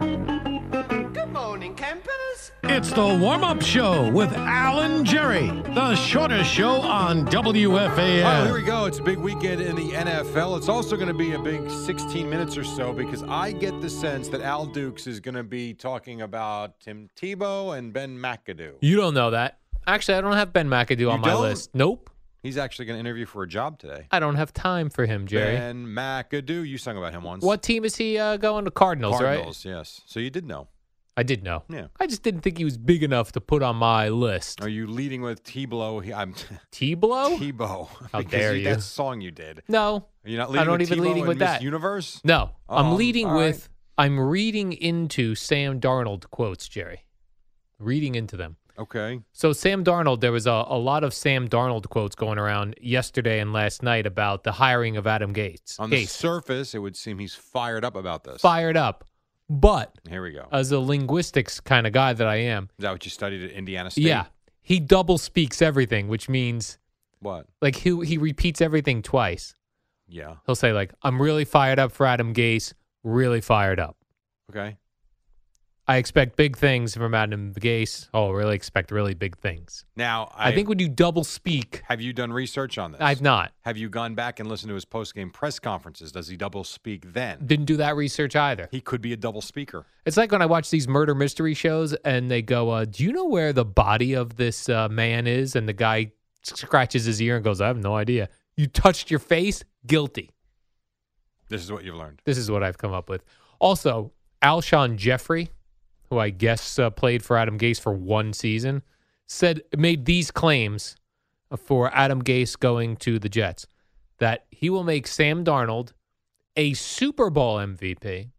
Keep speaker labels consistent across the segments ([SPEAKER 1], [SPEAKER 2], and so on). [SPEAKER 1] Good morning, campers.
[SPEAKER 2] It's the warm up show with Alan Jerry, the shortest show on
[SPEAKER 3] Oh, here we
[SPEAKER 2] WFAN.
[SPEAKER 3] go. It's a big weekend in the NFL. It's also going to be a big 16 minutes or so because I get the sense that Al Dukes is going to be talking about Tim Tebow and Ben McAdoo.
[SPEAKER 4] You don't know that. Actually, I don't have Ben McAdoo on my
[SPEAKER 3] don't?
[SPEAKER 4] list. Nope.
[SPEAKER 3] He's actually going to interview for a job today.
[SPEAKER 4] I don't have time for him, Jerry.
[SPEAKER 3] Ben McAdoo. You sung about him once.
[SPEAKER 4] What team is he uh, going to? Cardinals,
[SPEAKER 3] Cardinals, yes. So you did know.
[SPEAKER 4] right? I did know.
[SPEAKER 3] Yeah.
[SPEAKER 4] I just didn't think he was big enough to put on my list.
[SPEAKER 3] Are you leading with Tebow? He- I'm
[SPEAKER 4] T-Blow?
[SPEAKER 3] Tebow.
[SPEAKER 4] Oh. How
[SPEAKER 3] because
[SPEAKER 4] dare you.
[SPEAKER 3] That song you did.
[SPEAKER 4] no.
[SPEAKER 3] Are you not
[SPEAKER 4] I'm
[SPEAKER 3] leading
[SPEAKER 4] not
[SPEAKER 3] with
[SPEAKER 4] even
[SPEAKER 3] Tebow
[SPEAKER 4] leading
[SPEAKER 3] and
[SPEAKER 4] with
[SPEAKER 3] Miss
[SPEAKER 4] that.
[SPEAKER 3] Universe?
[SPEAKER 4] No. I'm
[SPEAKER 3] Um,
[SPEAKER 4] leading
[SPEAKER 3] all right.
[SPEAKER 4] with, I'm reading into Sam Darnold quotes, Jerry. Reading into them.
[SPEAKER 3] Okay.
[SPEAKER 4] So Sam Darnold, there was a, a lot of Sam Darnold quotes going around yesterday and last night about the hiring of Adam Gates.
[SPEAKER 3] On the
[SPEAKER 4] Gase.
[SPEAKER 3] surface, it would seem he's fired up about this.
[SPEAKER 4] fired up. But
[SPEAKER 3] Here we go.
[SPEAKER 4] as a linguistics kind of guy that I am,
[SPEAKER 3] is that what you studied at Indiana State?
[SPEAKER 4] yeah, he double speaks everything, which means
[SPEAKER 3] What?
[SPEAKER 4] like he he repeats everything twice.
[SPEAKER 3] Yeah.
[SPEAKER 4] He'll say like, "I'm really fired up for Adam Gase, really fired up.
[SPEAKER 3] Okay.
[SPEAKER 4] I expect big things from Adam Gase. Oh, really expect really big things."
[SPEAKER 3] Now,
[SPEAKER 4] I,
[SPEAKER 3] I,
[SPEAKER 4] think when you double speak,
[SPEAKER 3] have you done research on this?
[SPEAKER 4] I've not
[SPEAKER 3] Have you gone back and listened to his post-game press conferences? Does he double speak then?
[SPEAKER 4] didn't do that research either.
[SPEAKER 3] he could be a double speaker.
[SPEAKER 4] It's like when I watch these murder mystery shows and they go, uh, Do you know where the body of this uh, man is? And the guy scratches his ear and goes, I have no idea. You touched your face? Guilty.
[SPEAKER 3] This is what you've learned.
[SPEAKER 4] This is what I've come up with. Also, Alshon Jeffrey, who I guess uh, played for Adam Gase for one season, said made these claims for Adam Gase going to the Jets that he will make Sam Darnold a Super Bowl MVP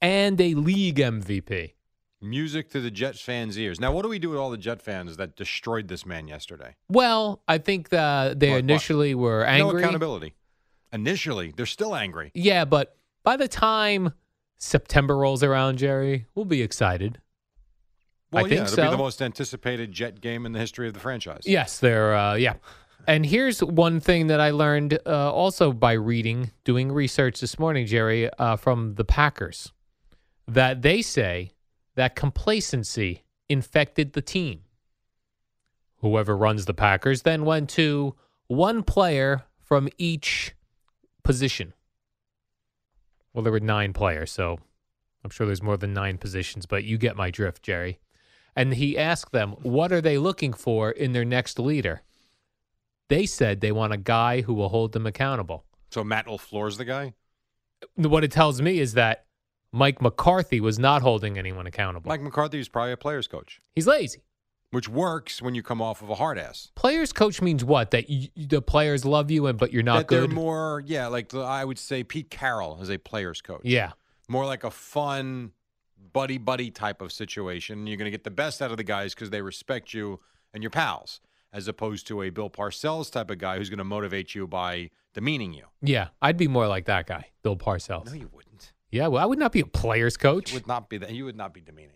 [SPEAKER 4] and a league MVP.
[SPEAKER 3] Music to the Jets fans' ears. Now, what do we do with all the Jet fans that destroyed this man yesterday?
[SPEAKER 4] Well, I think the, they
[SPEAKER 3] What- what?
[SPEAKER 4] initially were
[SPEAKER 3] No
[SPEAKER 4] angry.
[SPEAKER 3] accountability. Initially, they're still angry.
[SPEAKER 4] Yeah, but by the time September rolls around, Jerry, we'll be excited. I
[SPEAKER 3] Well, yeah,
[SPEAKER 4] think
[SPEAKER 3] it'll
[SPEAKER 4] so.
[SPEAKER 3] be the most anticipated Jet game in the history of the franchise.
[SPEAKER 4] Yes, they're uh, yeah. And here's one thing that I learned uh, also by reading, doing research this morning, Jerry, uh, from the Packers, that they say that complacency infected the team. Whoever runs the Packers then went to one player from each position. Well, there were nine players, so I'm sure there's more than nine positions, but you get my drift, Jerry and he asked them what are they looking for in their next leader they said they want a guy who will hold them accountable
[SPEAKER 3] So Matt LaFleur's the guy?
[SPEAKER 4] what it tells me is that mike mccarthy was not holding anyone accountable
[SPEAKER 3] Mike McCarthy is probably a player's coach,
[SPEAKER 4] he's lazy
[SPEAKER 3] which works when you come off of a hard ass.
[SPEAKER 4] players coach means what that y the players love you and but you're not
[SPEAKER 3] that
[SPEAKER 4] good
[SPEAKER 3] they're more, yeah, like the- I would say Pete Carroll is a player's coach.
[SPEAKER 4] yeah
[SPEAKER 3] more like a fun buddy buddy type of situation. You're going to get the best out of the guys because they respect you and your pals, as opposed to a Bill Parcells type of guy who's going to motivate you by demeaning you.
[SPEAKER 4] yeah i'd be more like that guy bill parcells
[SPEAKER 3] No, you wouldn't.
[SPEAKER 4] yeah well i would not be a players coach
[SPEAKER 3] You would not be that. You would not be demeaning.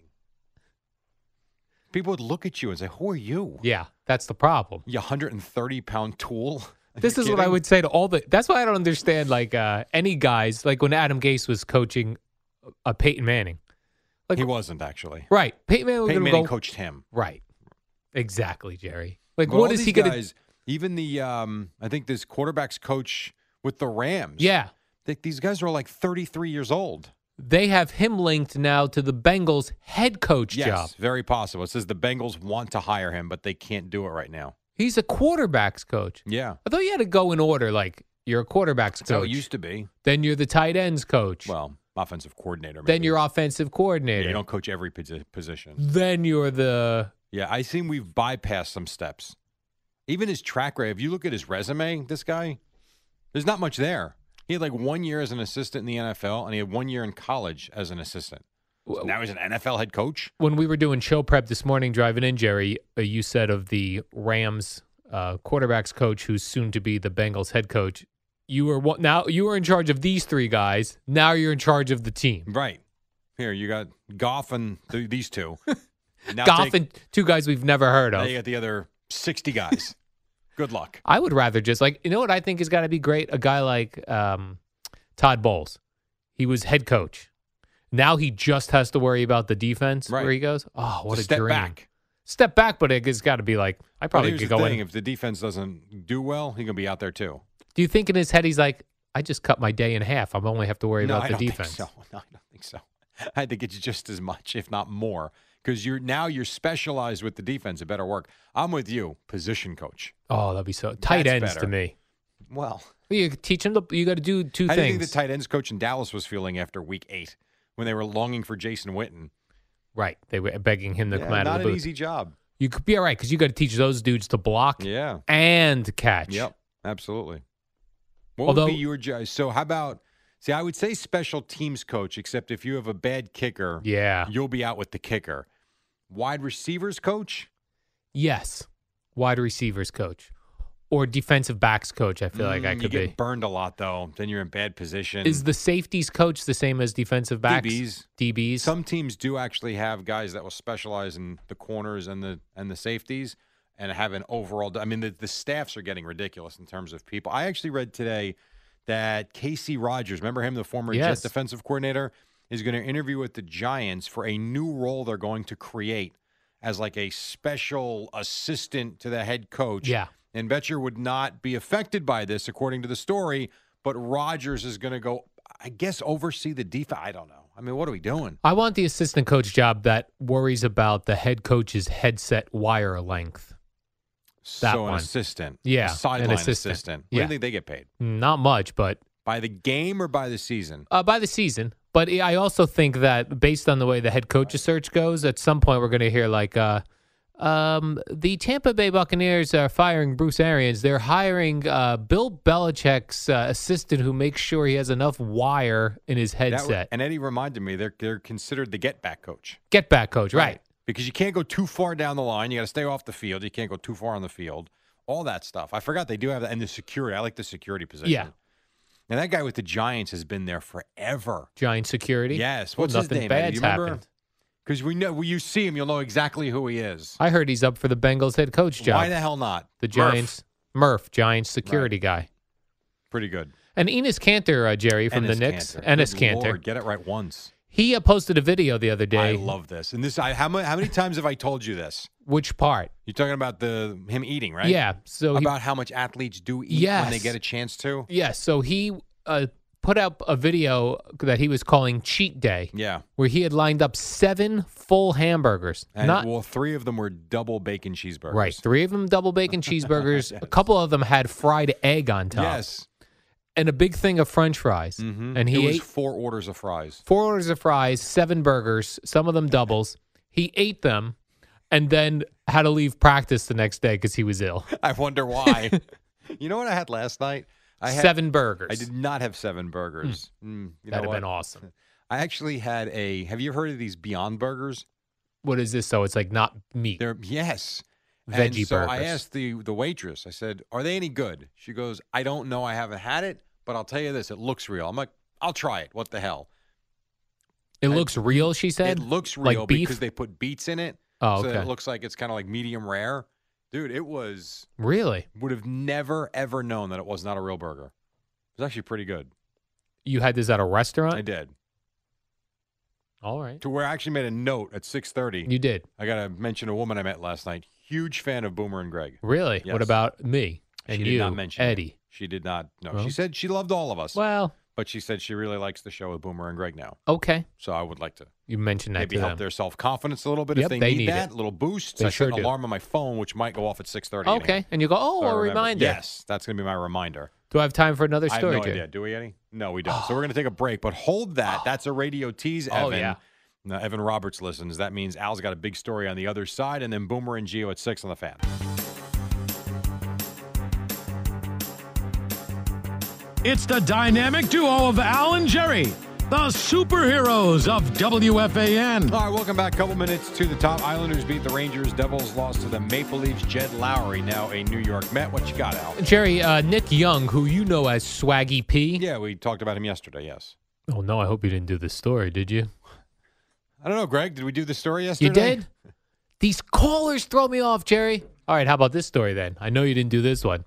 [SPEAKER 3] People would look at you and say, "Who are you?
[SPEAKER 4] yeah that's the problem
[SPEAKER 3] You 130 pound tool." Are
[SPEAKER 4] this
[SPEAKER 3] you
[SPEAKER 4] is what I
[SPEAKER 3] kidding?
[SPEAKER 4] would say to all the. That's why I don't understand like uh, any guys like when Adam Gase was coaching a Peyton Manning, like
[SPEAKER 3] he wasn't actually.
[SPEAKER 4] right. Peyton Manning was
[SPEAKER 3] Peyton
[SPEAKER 4] going to
[SPEAKER 3] Manning
[SPEAKER 4] go
[SPEAKER 3] coached him.
[SPEAKER 4] right. Exactly, Jerry. Like
[SPEAKER 3] But
[SPEAKER 4] what
[SPEAKER 3] all
[SPEAKER 4] is
[SPEAKER 3] these
[SPEAKER 4] he going to?
[SPEAKER 3] guys, Even the um, I think this quarterbacks coach with the Rams.
[SPEAKER 4] Yeah,
[SPEAKER 3] Th- these guys are like 33 years old.
[SPEAKER 4] they have him linked now to the Bengals head coach
[SPEAKER 3] Yes,
[SPEAKER 4] job.
[SPEAKER 3] very possible. It says the Bengals want to hire him, but they can't do it right now.
[SPEAKER 4] He's a quarterbacks coach.
[SPEAKER 3] Yeah.
[SPEAKER 4] I thought you had to go in order. Like you're a quarterbacks
[SPEAKER 3] That's how
[SPEAKER 4] coach.
[SPEAKER 3] it used to be.
[SPEAKER 4] then you're the tight ends coach.
[SPEAKER 3] Well, offensive coordinator.
[SPEAKER 4] then
[SPEAKER 3] maybe.
[SPEAKER 4] you're offensive
[SPEAKER 3] Yeah,
[SPEAKER 4] coordinator.
[SPEAKER 3] you don't coach every posi- position.
[SPEAKER 4] then you're the
[SPEAKER 3] Yeah, I seem we've bypassed some steps. Even his track record, if you look at his resume, this guy, there's not much there. He had like one year as an assistant in the NFL, and he had one year in college as an assistant. So now he's an NFL head coach.
[SPEAKER 4] when we were doing show prep this morning driving in jerry uh, you said of the rams uh, quarterbacks coach who's soon to be the bengals head coach you were one, now you were in charge of these three guys now you're in charge of the team
[SPEAKER 3] Right. Here, you got Goff and th- these two. Now
[SPEAKER 4] goff
[SPEAKER 3] take-
[SPEAKER 4] and two guys we've never heard
[SPEAKER 3] now
[SPEAKER 4] of
[SPEAKER 3] you got the other 60 guys. Good luck.
[SPEAKER 4] i would rather just like you know what i think has got to be great a guy like um, todd bowles he was head coach now he just has to worry about the defense
[SPEAKER 3] Right.
[SPEAKER 4] where he goes oh what
[SPEAKER 3] Just
[SPEAKER 4] a
[SPEAKER 3] step
[SPEAKER 4] dream
[SPEAKER 3] back.
[SPEAKER 4] step back but it's got to be like i
[SPEAKER 3] But
[SPEAKER 4] probably
[SPEAKER 3] here's
[SPEAKER 4] could
[SPEAKER 3] the
[SPEAKER 4] go
[SPEAKER 3] thing,
[SPEAKER 4] in
[SPEAKER 3] If the defense doesn't do well, he's gonna be out there too.
[SPEAKER 4] Do you think in his head he's like, I just cut my day in half. I'm only have to worry about
[SPEAKER 3] I
[SPEAKER 4] the
[SPEAKER 3] don't think
[SPEAKER 4] defense.
[SPEAKER 3] so. No, I don't think so. I think it's just as much, if not more, because you're now you're specialized with the defense. It better work. I'm with you, position coach.
[SPEAKER 4] Oh, that'd be so tight
[SPEAKER 3] That's
[SPEAKER 4] ends to
[SPEAKER 3] better.
[SPEAKER 4] me.
[SPEAKER 3] Well,
[SPEAKER 4] You teach him. The, you got to do two
[SPEAKER 3] how do you
[SPEAKER 4] things.
[SPEAKER 3] think the tight ends coach in Dallas was feeling after Week Eight when they were longing for Jason Witten?
[SPEAKER 4] right. They were begging him to
[SPEAKER 3] Yeah,
[SPEAKER 4] come out
[SPEAKER 3] not
[SPEAKER 4] of the
[SPEAKER 3] an
[SPEAKER 4] booth.
[SPEAKER 3] easy job.
[SPEAKER 4] You could be all right because you got to teach those dudes to block
[SPEAKER 3] Yeah.
[SPEAKER 4] and catch.
[SPEAKER 3] Yep. Absolutely. What
[SPEAKER 4] Although-
[SPEAKER 3] would be your jo- so? How about see? I would say special teams coach, except if you have a bad kicker,
[SPEAKER 4] Yeah.
[SPEAKER 3] you'll be out with the kicker. Wide receivers coach?
[SPEAKER 4] Yes. Wide receivers coach or defensive backs coach. I feel like I
[SPEAKER 3] Mm,
[SPEAKER 4] could
[SPEAKER 3] you
[SPEAKER 4] be.
[SPEAKER 3] get burned a lot though. Then you're in bad position.
[SPEAKER 4] Is the safeties coach the same as defensive backs?
[SPEAKER 3] DBs.
[SPEAKER 4] DBs.
[SPEAKER 3] Some teams do actually have guys that will specialize in the corners and the and the safeties and have an overall I mean the, the staffs are getting ridiculous in terms of people. I actually read today that Casey Rogers, remember him the former
[SPEAKER 4] Yes.
[SPEAKER 3] Jets defensive coordinator is going to interview with the Giants for a new role they're going to create as like a special assistant to the head coach.
[SPEAKER 4] Yeah.
[SPEAKER 3] And Betcher would not be affected by this, according to the story. But Rogers is going to go, I guess, oversee the defense. I don't know. I mean, what are we doing?
[SPEAKER 4] I want the assistant coach job that worries about the head coach's headset wire length. That
[SPEAKER 3] so an
[SPEAKER 4] one.
[SPEAKER 3] assistant,
[SPEAKER 4] Yeah,
[SPEAKER 3] a
[SPEAKER 4] an
[SPEAKER 3] sideline
[SPEAKER 4] assistant.
[SPEAKER 3] assistant. What do
[SPEAKER 4] Yeah.
[SPEAKER 3] you think they get paid
[SPEAKER 4] Not much, but
[SPEAKER 3] by the game or by the season?
[SPEAKER 4] uh, by the season. But I also think that based on the way the head coaches search goes, at some point we're going to hear like, uh, um, the Tampa Bay Buccaneers are firing Bruce Arians. They're hiring uh, Bill Belichick's uh, assistant who makes sure he has enough wire in his
[SPEAKER 3] That
[SPEAKER 4] headset.
[SPEAKER 3] re- and Eddie reminded me they're they're considered the get back coach,
[SPEAKER 4] Get back, coach. Right.
[SPEAKER 3] Because you can't go too far down the line. You got to stay off the field. You can't go too far on the field. All that stuff. I forgot they do have that. And the security. I like the security position.
[SPEAKER 4] Yeah.
[SPEAKER 3] And that guy with the Giants has been there forever.
[SPEAKER 4] Giant security.
[SPEAKER 3] Yes.
[SPEAKER 4] Well,
[SPEAKER 3] What's his
[SPEAKER 4] nothing
[SPEAKER 3] name, Eddie? Do
[SPEAKER 4] bad's
[SPEAKER 3] you remember?
[SPEAKER 4] happened.
[SPEAKER 3] Because we know when you see him, you'll know exactly who he is.
[SPEAKER 4] I heard he's up for the Bengals head coach job.
[SPEAKER 3] Why the hell not?
[SPEAKER 4] the
[SPEAKER 3] Murph.
[SPEAKER 4] Giants. Murph, Giants security guy.
[SPEAKER 3] Pretty good.
[SPEAKER 4] And Enos Cantor, uh, Jerry, from
[SPEAKER 3] Ennis
[SPEAKER 4] the Knicks.
[SPEAKER 3] Cantor.
[SPEAKER 4] Ennis
[SPEAKER 3] Good
[SPEAKER 4] Cantor.
[SPEAKER 3] Lord, get it right once.
[SPEAKER 4] He uh, posted a video the other
[SPEAKER 3] I
[SPEAKER 4] day.
[SPEAKER 3] love this. And this, I, how many, how many times have I told you this?
[SPEAKER 4] Which part?
[SPEAKER 3] You're talking about the him eating, right?
[SPEAKER 4] Yeah. So he,
[SPEAKER 3] about how much athletes do eat when they
[SPEAKER 4] Yes.
[SPEAKER 3] get a chance to.
[SPEAKER 4] yeah. So he uh, put up a video that he was calling cheat day,
[SPEAKER 3] Yeah.
[SPEAKER 4] where he had lined up seven full hamburgers.
[SPEAKER 3] And
[SPEAKER 4] Not
[SPEAKER 3] well, three of them were double bacon cheeseburgers.
[SPEAKER 4] right. Three of them double bacon cheeseburgers. A couple of them had fried egg on top.
[SPEAKER 3] Yes.
[SPEAKER 4] And a big thing of French fries.
[SPEAKER 3] Mhm.
[SPEAKER 4] And he
[SPEAKER 3] it
[SPEAKER 4] ate
[SPEAKER 3] was four orders of fries.
[SPEAKER 4] four orders of fries, seven burgers, some of them doubles. He ate them, and then had to leave practice the next day because he was ill.
[SPEAKER 3] I wonder why. you know what I had last night? I had
[SPEAKER 4] seven burgers. Hmm.
[SPEAKER 3] I did not have seven burgers. Mm, you know
[SPEAKER 4] That'd have
[SPEAKER 3] what?
[SPEAKER 4] been awesome.
[SPEAKER 3] I actually had a. Have you heard of these Beyond Burgers?
[SPEAKER 4] What is this? So it's like not meat.
[SPEAKER 3] They're yes, and
[SPEAKER 4] Veggie
[SPEAKER 3] so I
[SPEAKER 4] burgers.
[SPEAKER 3] asked the the waitress. I said, "Are they any good?" She goes, "I don't know. I haven't had it, but I'll tell you this: it looks real." I'm like, "I'll try it. What the hell?
[SPEAKER 4] It looks real, she said.
[SPEAKER 3] it looks uh,
[SPEAKER 4] like
[SPEAKER 3] real
[SPEAKER 4] beef?
[SPEAKER 3] because they put beets in it,
[SPEAKER 4] Oh,
[SPEAKER 3] so that
[SPEAKER 4] okay.
[SPEAKER 3] it looks like it's kind of like medium rare." Dude, it was
[SPEAKER 4] really?
[SPEAKER 3] would have never ever known that it was not a real burger. It was actually pretty good.
[SPEAKER 4] You had this at a restaurant?
[SPEAKER 3] I did
[SPEAKER 4] All right.
[SPEAKER 3] to where I actually made a note at six thirty.
[SPEAKER 4] You did.
[SPEAKER 3] I gotta mention a woman I met last night. Huge fan of Boomer and Greg.
[SPEAKER 4] Really? What
[SPEAKER 3] Yes.
[SPEAKER 4] about me and
[SPEAKER 3] she
[SPEAKER 4] you,
[SPEAKER 3] did not mention it.
[SPEAKER 4] Eddie?
[SPEAKER 3] She did not. No,
[SPEAKER 4] Well.
[SPEAKER 3] she said she loved all of us.
[SPEAKER 4] Well,
[SPEAKER 3] but she said she really likes the show with Boomer and Greg now.
[SPEAKER 4] Okay.
[SPEAKER 3] So I would like to
[SPEAKER 4] You mentioned that
[SPEAKER 3] maybe
[SPEAKER 4] to
[SPEAKER 3] help
[SPEAKER 4] them.
[SPEAKER 3] their self confidence a little bit
[SPEAKER 4] Yep,
[SPEAKER 3] if they,
[SPEAKER 4] they
[SPEAKER 3] need,
[SPEAKER 4] need
[SPEAKER 3] that.
[SPEAKER 4] it.
[SPEAKER 3] A little boost.
[SPEAKER 4] They
[SPEAKER 3] I
[SPEAKER 4] sure
[SPEAKER 3] set an
[SPEAKER 4] do.
[SPEAKER 3] alarm on my phone, which might go off at six thirty.
[SPEAKER 4] Okay. And you go, oh, a reminder.
[SPEAKER 3] Yes, that's going to be my reminder.
[SPEAKER 4] Do I have time for another
[SPEAKER 3] I have
[SPEAKER 4] story,
[SPEAKER 3] no
[SPEAKER 4] Jay?
[SPEAKER 3] idea. Do we, Eddie? No, we don't. So we're going to take a break, but hold that. That's a radio tease, Evan.
[SPEAKER 4] Oh, yeah.
[SPEAKER 3] Now, Evan Roberts listens. That means Al's got a big story on the other side, and then Boomer and Geo at six on the fan.
[SPEAKER 2] It's the dynamic duo of Al and Jerry, the superheroes of WFAN.
[SPEAKER 3] All right, welcome back. Couple minutes to the top. Islanders beat the Rangers. Devils lost to the Maple Leafs. Jed Lowry, now a New York Met. What you got, Al?
[SPEAKER 4] Jerry, uh, Nick Young, who you know as Swaggy P.
[SPEAKER 3] Yeah, we talked about him yesterday. Yes.
[SPEAKER 4] Oh, no, I hope you didn't do this story, did you?
[SPEAKER 3] I don't know, Greg. Did we do the story yesterday?
[SPEAKER 4] You did? These callers throw me off, Jerry. All right, how about this story then? I know you didn't do this one.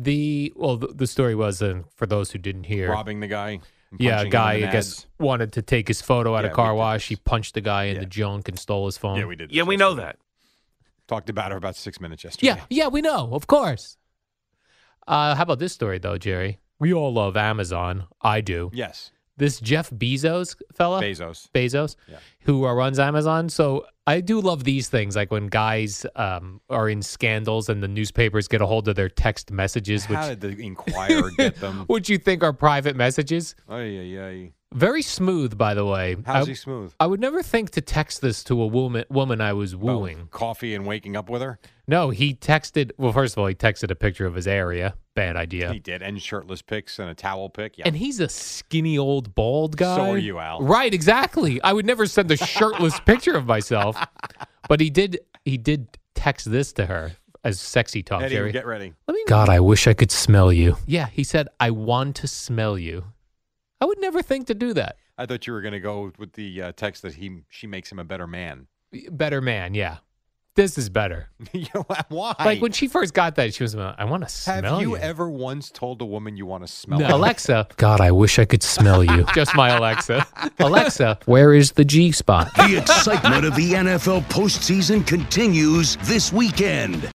[SPEAKER 4] The well, the, the story was, and for those who didn't hear,
[SPEAKER 3] Robbing the guy. and
[SPEAKER 4] yeah,
[SPEAKER 3] punching
[SPEAKER 4] a
[SPEAKER 3] him
[SPEAKER 4] guy
[SPEAKER 3] in the
[SPEAKER 4] I guess
[SPEAKER 3] nads.
[SPEAKER 4] wanted to take his photo at
[SPEAKER 3] Yeah,
[SPEAKER 4] a
[SPEAKER 3] we
[SPEAKER 4] car
[SPEAKER 3] did
[SPEAKER 4] wash. He
[SPEAKER 3] this.
[SPEAKER 4] punched the guy in the
[SPEAKER 3] Yeah.
[SPEAKER 4] junk and stole his phone.
[SPEAKER 3] Yeah, we did.
[SPEAKER 5] Yeah,
[SPEAKER 3] this
[SPEAKER 5] we know
[SPEAKER 3] yesterday.
[SPEAKER 5] that.
[SPEAKER 3] Talked about her about six minutes yesterday.
[SPEAKER 4] Yeah, yeah, we know, of course. Uh, how about this story though, Jerry? We all love Amazon. I do.
[SPEAKER 3] Yes.
[SPEAKER 4] This Jeff Bezos fella,
[SPEAKER 3] Bezos.
[SPEAKER 4] Bezos,
[SPEAKER 3] Yeah.
[SPEAKER 4] who uh, runs Amazon. So I do love these things, like when guys um, are in scandals and the newspapers get a hold of their text messages,
[SPEAKER 3] How did
[SPEAKER 4] which
[SPEAKER 3] the Inquirer get them?
[SPEAKER 4] which you think are private messages.
[SPEAKER 3] Ay, ay, ay.
[SPEAKER 4] Very smooth, by the way.
[SPEAKER 3] How's
[SPEAKER 4] I,
[SPEAKER 3] he smooth?
[SPEAKER 4] I would never think to text this to a woman woman I was
[SPEAKER 3] About
[SPEAKER 4] wooing.
[SPEAKER 3] coffee and waking up with her.
[SPEAKER 4] No, he texted. Well, first of all, he texted a picture of his area. Bad idea.
[SPEAKER 3] He did, and shirtless pics and a towel pic. Yeah.
[SPEAKER 4] And he's a skinny old bald guy.
[SPEAKER 3] So are you, Al.
[SPEAKER 4] Right, exactly. I would never send a shirtless picture of myself. But he did he did text this to her as sexy talk,
[SPEAKER 3] Eddie,
[SPEAKER 4] Oh, Jerry.
[SPEAKER 3] get ready.
[SPEAKER 4] God, I wish I could smell you. Yeah, he said, I want to smell you. I would never think to do that.
[SPEAKER 3] I thought you were going to go with the uh, text that he she makes him a better man.
[SPEAKER 4] Better man, yeah. This is better.
[SPEAKER 3] You know, Why?
[SPEAKER 4] Like when she first got that, she was like, I want to
[SPEAKER 3] Have
[SPEAKER 4] smell
[SPEAKER 3] you ever once told a woman you want to smell?
[SPEAKER 4] No.
[SPEAKER 3] her?
[SPEAKER 4] Alexa. God, I wish I could smell you. Just my Alexa. Alexa, where is the G spot?
[SPEAKER 6] The excitement of the NFL postseason continues this weekend